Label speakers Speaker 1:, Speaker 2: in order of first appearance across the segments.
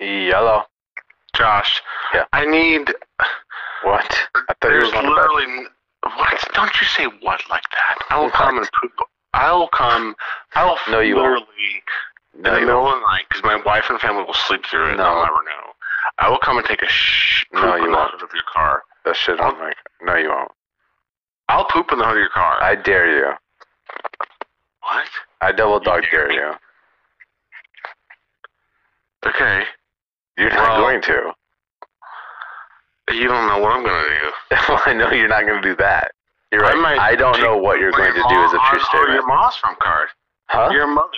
Speaker 1: Yellow.
Speaker 2: Josh.
Speaker 1: Yeah.
Speaker 2: I need.
Speaker 1: What? I thought he
Speaker 2: There's
Speaker 1: was on the bed.
Speaker 2: literally. n- What? Don't you say what like that? I will come and poop. I will come. I will
Speaker 1: No, you won't.
Speaker 2: literally in
Speaker 1: No,
Speaker 2: the
Speaker 1: you
Speaker 2: middle
Speaker 1: don't.
Speaker 2: of the night because my wife and family will sleep through it. and I'll
Speaker 1: No.
Speaker 2: never know. I will come and take a sh
Speaker 1: No,
Speaker 2: poop
Speaker 1: you
Speaker 2: in the
Speaker 1: won't.
Speaker 2: hood of your car.
Speaker 1: That shit on like. No, you won't.
Speaker 2: I'll poop in the hood of your car.
Speaker 1: I dare you.
Speaker 2: what?
Speaker 1: I double dog
Speaker 2: dare
Speaker 1: dare
Speaker 2: me?
Speaker 1: you.
Speaker 2: Okay.
Speaker 1: You're not
Speaker 2: Well-
Speaker 1: going to.
Speaker 2: You don't know what I'm gonna do.
Speaker 1: I know you're not going to do that. You're
Speaker 2: I
Speaker 1: right.
Speaker 2: might
Speaker 1: I, don't
Speaker 2: take
Speaker 1: know what you're
Speaker 2: My
Speaker 1: going to do is a
Speaker 2: mom-
Speaker 1: true
Speaker 2: or oh, Your
Speaker 1: statement.
Speaker 2: mom's from card.
Speaker 1: Huh?
Speaker 2: Your mother.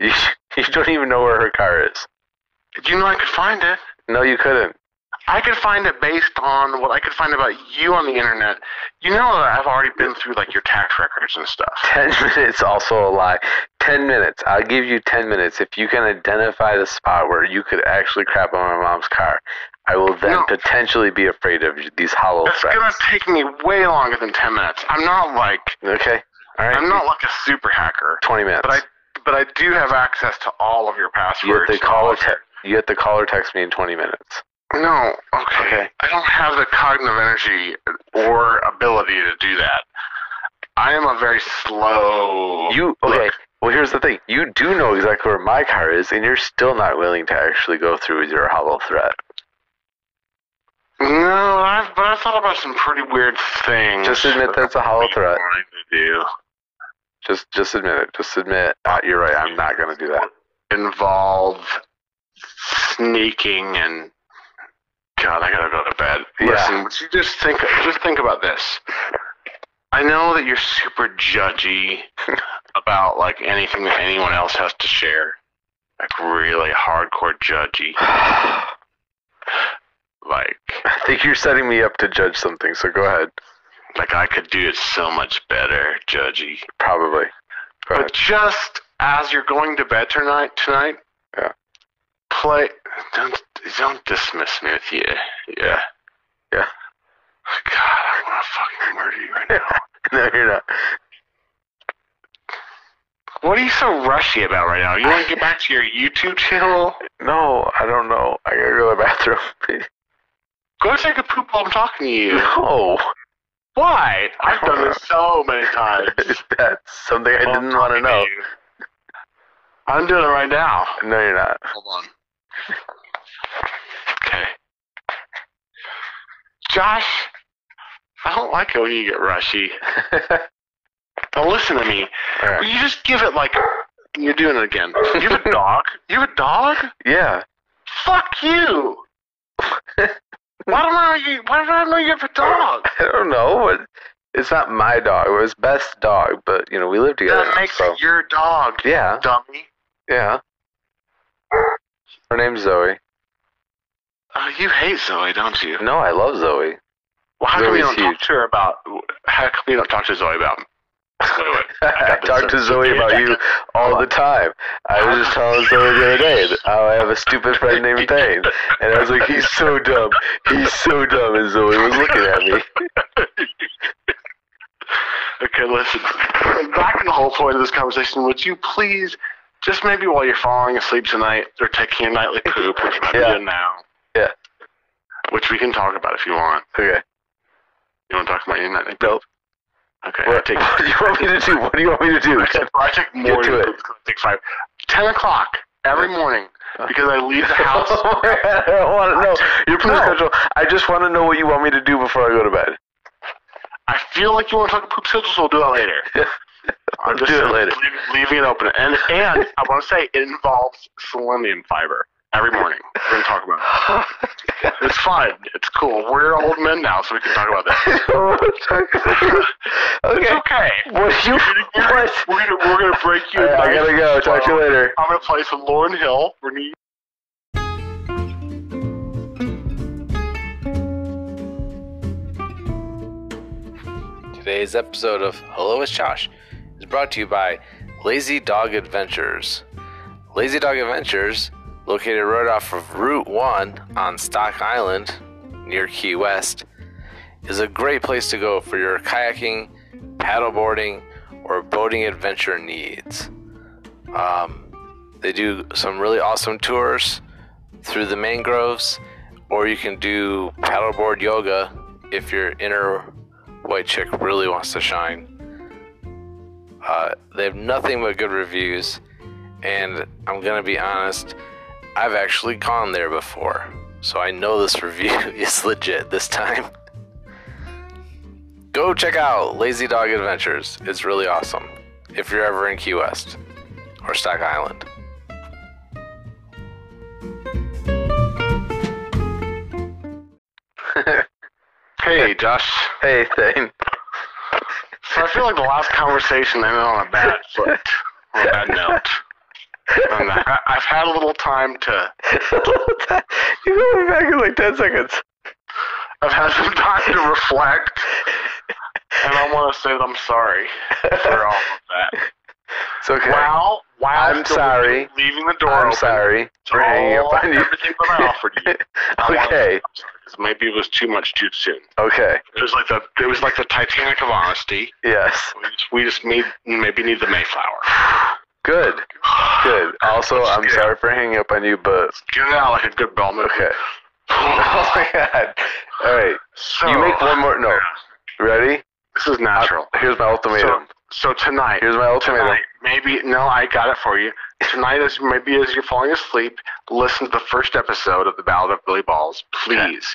Speaker 1: You, you don't even know where her car is.
Speaker 2: Did you know I could find it?
Speaker 1: No, you couldn't.
Speaker 2: I could find it based on what I could find about you on the internet. You know that I've already been through like your tax records and stuff.
Speaker 1: 10 minutes also a lie. 10 minutes. I'll give you 10 minutes. If you can identify the spot where you could actually crap on my mom's car, I will then
Speaker 2: No.
Speaker 1: potentially be afraid of these hollow
Speaker 2: It's
Speaker 1: threats.
Speaker 2: gonna take me way longer than ten minutes. I'm not like
Speaker 1: Okay? All right.
Speaker 2: I'm not like a super hacker,
Speaker 1: 20 minutes.
Speaker 2: but I but I do have access to all of your
Speaker 1: you have
Speaker 2: passwords.
Speaker 1: to call or
Speaker 2: and all of
Speaker 1: te- you have to call or text me in 20 minutes.
Speaker 2: your- No, okay.
Speaker 1: Okay.
Speaker 2: I don't have the cognitive energy or ability to do that. I am a very slow.
Speaker 1: You okay? Well, here's the thing. You do know exactly where my car is, and you're still not willing to actually go through with your hollow threat.
Speaker 2: No, I've, but I've thought about some pretty weird things.
Speaker 1: Just admit that's a hollow
Speaker 2: What are
Speaker 1: threat.
Speaker 2: you trying to do?
Speaker 1: Just, just admit it. Just admit. Uh, you're right. I'm not gonna do that.
Speaker 2: involve sneaking and God, I gotta go to bed.
Speaker 1: Yeah.
Speaker 2: Listen, but you just think just think about this. I know that you're super judgy about like anything that anyone else has to share. Like really hardcore judgy.
Speaker 1: I
Speaker 2: Like
Speaker 1: think you're setting me up to judge something. So go ahead.
Speaker 2: like I could do it so much better, judgy.
Speaker 1: Probably. Go ahead.
Speaker 2: But just as you're going to bed tonight, tonight,
Speaker 1: Yeah.
Speaker 2: play. Don't don't dismiss me with yeah, yeah,
Speaker 1: Yeah.
Speaker 2: God, I want to fucking murder you right now.
Speaker 1: no, you're not.
Speaker 2: what are you so rushy about right now? You want to get back to your YouTube channel?
Speaker 1: No, I don't know. I gotta go to the bathroom.
Speaker 2: Go take a poop while I'm talking to you.
Speaker 1: no,
Speaker 2: Why? I've done this so many times.
Speaker 1: that's something I didn't want to know.
Speaker 2: I'm doing it right now.
Speaker 1: No, you're not.
Speaker 2: Hold on. Okay. Josh, I don't like it when you get rushy. Now listen to me.
Speaker 1: All right.
Speaker 2: You just give it like you're doing it again. You have a dog. You have a dog.
Speaker 1: Yeah.
Speaker 2: Fuck you. Why don't I? know you- Why don't I know you have a dog?
Speaker 1: I don't know. But it's not my dog. It was Beth's dog, but you know we live together.
Speaker 2: That
Speaker 1: now,
Speaker 2: makes
Speaker 1: so
Speaker 2: it your dog,
Speaker 1: yeah,
Speaker 2: dummy.
Speaker 1: yeah. Her name's Zoe.
Speaker 2: Oh, you hate Zoe, don't you?
Speaker 1: No, I love Zoe.
Speaker 2: Well, how come you
Speaker 1: Zoe's
Speaker 2: don't talk to her about? How come you don't talk to Zoe about? Wait, wait.
Speaker 1: I
Speaker 2: got this.
Speaker 1: talk to Zoe about you all the time. I was just telling Zoe the other day that how I have a stupid friend named Thane, and I was like, he's so dumb. He's so dumb, and Zoe was looking at me.
Speaker 2: Okay, listen. Back to the whole point of this conversation. Would you please, just maybe while you're falling asleep tonight or taking a nightly poop, which might
Speaker 1: Yeah.
Speaker 2: be in now.
Speaker 1: Yeah.
Speaker 2: Which we can talk about if you want.
Speaker 1: Okay.
Speaker 2: You want to talk about your nightly poop?
Speaker 1: Nope.
Speaker 2: Okay. I
Speaker 1: What,
Speaker 2: take,
Speaker 1: what do you want me to do? What do you want me to do?
Speaker 2: I take- I take more
Speaker 1: to
Speaker 2: than
Speaker 1: it.
Speaker 2: poops, I take five. Ten o'clock every morning because I leave the house.
Speaker 1: I don't want to know. Your poop
Speaker 2: No.
Speaker 1: schedule. I just want to know what you want me to do before I go to bed.
Speaker 2: I feel like you want to talk poop schedule, so we'll do that later. I'm just
Speaker 1: Do it later.
Speaker 2: leaving, leaving it open. And and I want to say it involves selenium fiber. every morning. We're gonna talk about it. It's fine. It's cool. We're old men now, so we can talk about that. It's
Speaker 3: okay.
Speaker 2: okay.
Speaker 3: What you?
Speaker 2: You're gonna, you're gonna-
Speaker 3: What?
Speaker 2: we're gonna we're gonna break you.
Speaker 3: All right, I
Speaker 2: nice
Speaker 3: gotta go. Talk to you later.
Speaker 2: I'm gonna play some Lauren Hill. We're gonna
Speaker 1: Today's episode of Hello It's Josh is brought to you by Lazy Dog Adventures. Lazy Dog Adventures, located right off of Route 1 on Stock Island near Key West, is a great place to go for your kayaking, paddleboarding, or boating adventure needs. Um, they do some really awesome tours through the mangroves, or you can do paddleboard yoga if your inner white chick really wants to shine. Uh, they have nothing but good reviews, and I'm gonna be honest, I've actually gone there before, so I know this review is legit this time. Go check out Lazy Dog Adventures, it's really awesome if you're ever in Key West or Stack Island.
Speaker 2: Hey, Josh.
Speaker 3: Hey, thing.
Speaker 2: So I feel like the last conversation ended on a bad foot, on a bad note. And I- I've had a little time to,
Speaker 3: you went back in like ten seconds.
Speaker 2: I've had some time to reflect, and I want to say that I'm sorry for all of that.
Speaker 3: It's okay.
Speaker 2: Wow, wow.
Speaker 3: I'm
Speaker 2: still
Speaker 3: sorry.
Speaker 2: Leaving the door
Speaker 3: I'm
Speaker 2: open.
Speaker 3: sorry
Speaker 2: It's
Speaker 3: for hanging up
Speaker 2: all-
Speaker 3: on you.
Speaker 2: Everything that I offered you. I wanna-
Speaker 3: Okay.
Speaker 2: I'm sorry, 'cause Maybe it was too much too soon.
Speaker 3: Okay.
Speaker 2: It was like the it was like the Titanic of honesty.
Speaker 3: Yes.
Speaker 2: We just, we just need maybe need the Mayflower.
Speaker 3: Good. Good. Also, I'm
Speaker 2: Yeah.
Speaker 3: sorry for hanging up on you, but
Speaker 2: Get it out like a good bell move.
Speaker 3: okay. Oh my god. All right.
Speaker 2: So,
Speaker 3: You make one more- no.
Speaker 2: Yeah,
Speaker 3: Ready?
Speaker 2: This is natural.
Speaker 3: Uh, here's my ultimatum.
Speaker 2: So, so tonight,
Speaker 3: Here's my ultimatum.
Speaker 2: tonight, maybe no, I got it for you. Tonight, as maybe as you're falling asleep, listen to the first episode of the Ballad of Billy Balls, please.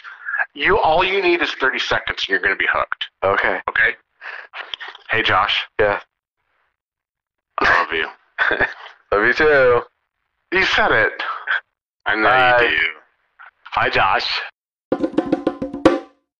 Speaker 2: You all you need is 30 seconds, and you're going to be hooked.
Speaker 3: Okay.
Speaker 2: Okay. Hey, Josh.
Speaker 3: Yeah.
Speaker 2: I love you.
Speaker 3: Love you too.
Speaker 2: You said it. I know
Speaker 3: Bye.
Speaker 2: you do. Hi, Josh.